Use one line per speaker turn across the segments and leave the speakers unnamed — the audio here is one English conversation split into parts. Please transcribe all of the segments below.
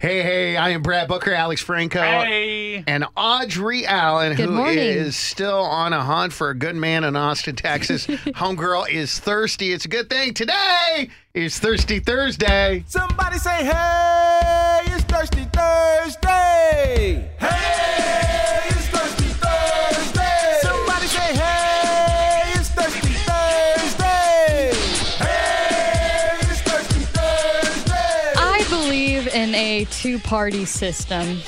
Hey, hey, I am Brad Booker, Alex Franco,
Hey.
and Audrey Allen, who
Good
is
morning.
still on a hunt for a good man in Austin, Texas. Homegirl is thirsty. It's a good thing today is Thirsty Thursday.
Somebody say, hey, it's Thirsty Thursday. Hey, it's Thirsty Thursday. Somebody say, hey, it's Thirsty Thursday. Hey, it's Thirsty Thursday.
I believe in a two party system.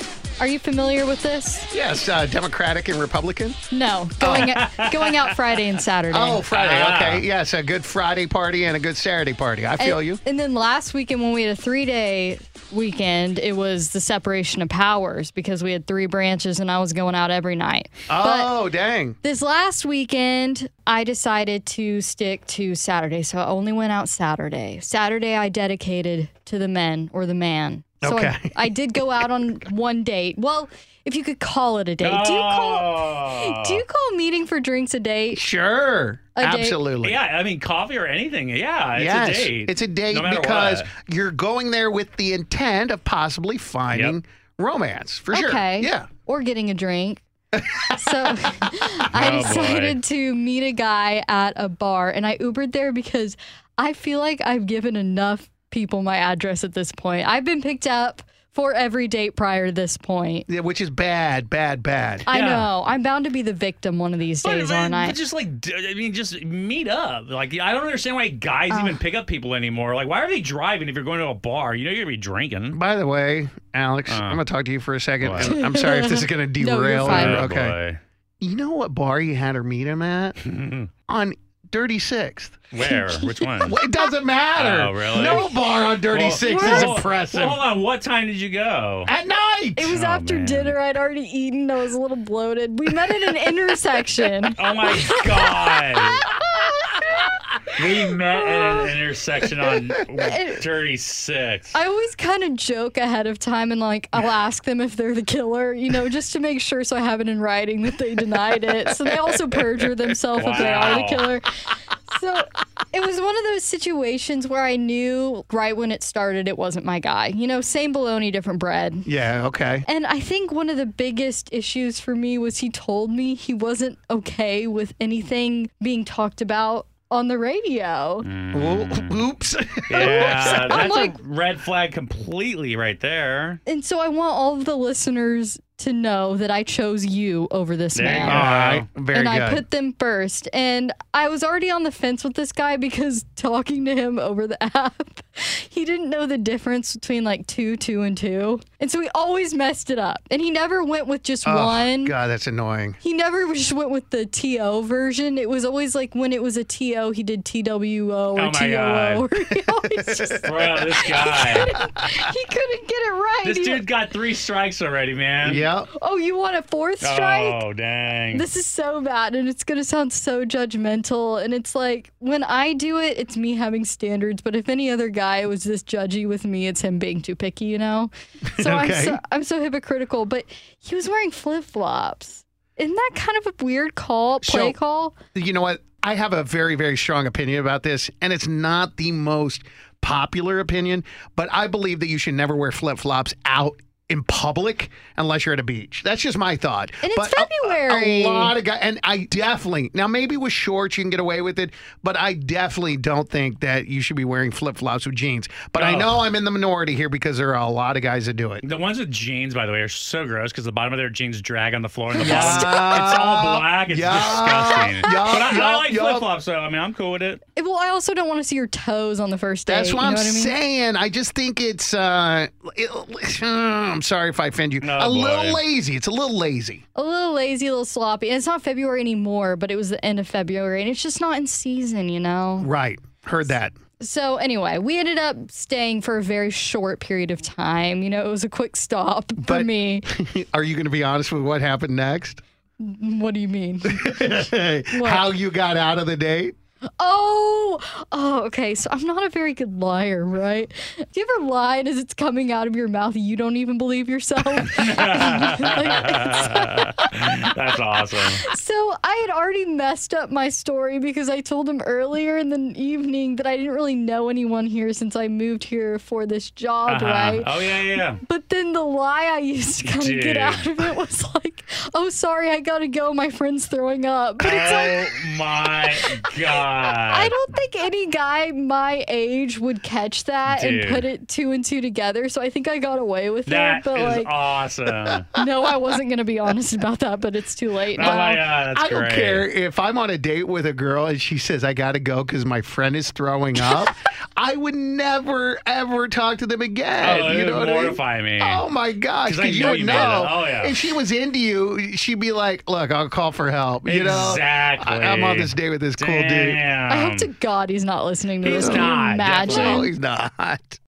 Are you familiar with this?
Yes, uh, Democratic and Republican.
No. Going, out, going out Friday and Saturday.
Oh, Friday.
Ah.
Okay. Yes, a good Friday party and a good Saturday party. I
and,
feel you.
And then last weekend, when we had a three day weekend, it was the separation of powers because we had three branches and I was going out every night. But
Oh, dang.
this last weekend, I decided to stick to Saturday. So I only went out Saturday. Saturday, I dedicated to the men or the man. So
Okay.
I, I did go out on one date. Well, if you could call it a date. Do you call
Oh.
do you call meeting for drinks a date?
Sure.
A date.
Absolutely.
Yeah, I mean coffee or anything. Yeah, it's
yes,
a date.
it's a date
No matter
because
what.
you're going there with the intent of possibly finding
Yep.
romance for sure.
Okay.
Yeah.
Or getting a drink. so I
Oh, boy.
decided to meet a guy at a bar and I Ubered there because I feel like I've given enough people my address at this point. I've been picked up for every date prior to this point.
Yeah, which is bad, bad, bad.
I
Yeah.
know. I'm bound to be the victim one of these
But,
days,
but-
aren't I?
but just like, d- I mean, just meet up. Like, I don't understand why guys even pick up people anymore. Like, why are they driving if you're going to a bar? You know, you're gonna be drinking.
By the way, Alex, I'm going to talk to you for a second.
Uh. what?
and I'm sorry if this is going to
you're
derail.
fine.
Oh,
your- okay. You know what bar you had her meet him at? on Dirty Sixth.
Where? Which one?
Well, it doesn't matter.
Oh, really?
No bar on Dirty
Well,
Sixth is
well,
impressive.
well, hold on. What time did you go?
At night.
it was
Oh,
after
man.
dinner. I'd already eaten. I was a little bloated. We met at an intersection.
Oh my god. We met at an intersection on 36.
I always kind of joke ahead of time and like I'll ask them if they're the killer, you know, just to make sure so I have it in writing that they denied it. So they also perjure themselves if they are
Wow.
the killer. So it was one of those situations where I knew right when it started it wasn't my guy. You know, same bologna, different bread.
yeah, okay.
And I think one of the biggest issues for me was he told me he wasn't okay with anything being talked about on the radio.
Ooh, Oops.
Mm. Yeah, that's
like-
a red flag completely right there.
And so I want all of the listeners to know that I chose you over this
There you
All
man.
right. Very
and
good.
I put them first. And I was already on the fence with this guy because talking to him over the app, he didn't know the difference between like two, two, and two. And so he always messed it up. And he never went with just
Oh,
one.
God, that's annoying.
He never just went with the TO version. It was always like when it was a TO, he did TWO or
Oh my God.
TOO. Or he always just,
Bro, this guy.
he couldn't get it right.
This
He-
dude got three strikes already, man.
Yeah.
oh, you want a fourth strike?
Oh, dang.
This is so bad, and it's going to sound so judgmental. And it's like, when I do it, it's me having standards. But if any other guy was this judgy with me, it's him being too picky, you know? So, I'm,
Okay.
so I'm so hypocritical. But he was wearing flip flops. Isn't that kind of a weird call, play
So-
call?
You know what? I have a very, very strong opinion about this, and it's not the most popular opinion, but I believe that you should never wear flip flops out in public unless you're at a beach. That's just my thought.
And it's
but a-
February.
A, a lot of guys, and I definitely, now maybe with shorts you can get away with it, but I definitely don't think that you should be wearing flip flops with jeans. But I
No.
know I'm in the minority here because there are a lot of guys that do it.
The ones with jeans, by the way, are so gross because the bottom of their jeans drag on the floor in the bottom. It's all black. It's
Yeah.
disgusting.
Yeah.
But I, I
Yeah.
like
Yeah.
flip flops, so I mean, I'm cool with it.
Eh, Well, I also don't want to see your toes on the first date.
That's what
you
I'm
know what I mean?
saying. I just think it's. Uh, it, I'm sorry if I offend you.
No,
a
boy.
little lazy. It's a little lazy.
A little lazy, a little sloppy. And it's not February anymore, but it was the end of February, and it's just not in season, you know?
Right. Heard that.
So anyway, we ended up staying for a very short period of time. You know, it was a quick stop for
But-
me.
Are you going to be honest with what happened next?
What do you mean?
How you got out of the date?
Oh, oh, okay. So I'm not a very good liar, right? Do you ever lie and as it's coming out of your mouth, you don't even believe yourself? Like,
That's awesome.
so I had already messed up my story because I told him earlier in the evening that I didn't really know anyone here since I moved here for this job,
Uh-huh.
right?
Oh yeah, yeah, yeah.
But then the lie I used to kind of
Dude.
get out of it was like, oh, sorry, I gotta go. My friend's throwing up. But it's like,
Oh my god.
I don't think any guy my age would catch that
Dude.
and put it two and two together. So I think I got away with
That
it. But
is
like,
awesome.
no, I wasn't gonna be honest about that. But it's too late
Oh my
now.
god, that's
I don't
great.
care if I'm on a date with a girl and she says I got to go because my friend is throwing up. I would never ever talk to them again.
Oh,
you
it
know
would
what I mean?
mortify me.
Oh my gosh!
'Cause I
'cause you
know
would
you made it
know.
up. Oh, yeah.
If she was into you, she'd be like, "Look, I'll call for help." You
Exactly.
know, I, am on this date with this cool dude.
Damn.
I hope to God he's not listening to
He's
this. Can you
not,
imagine?
Um, definitely.
No, he's not.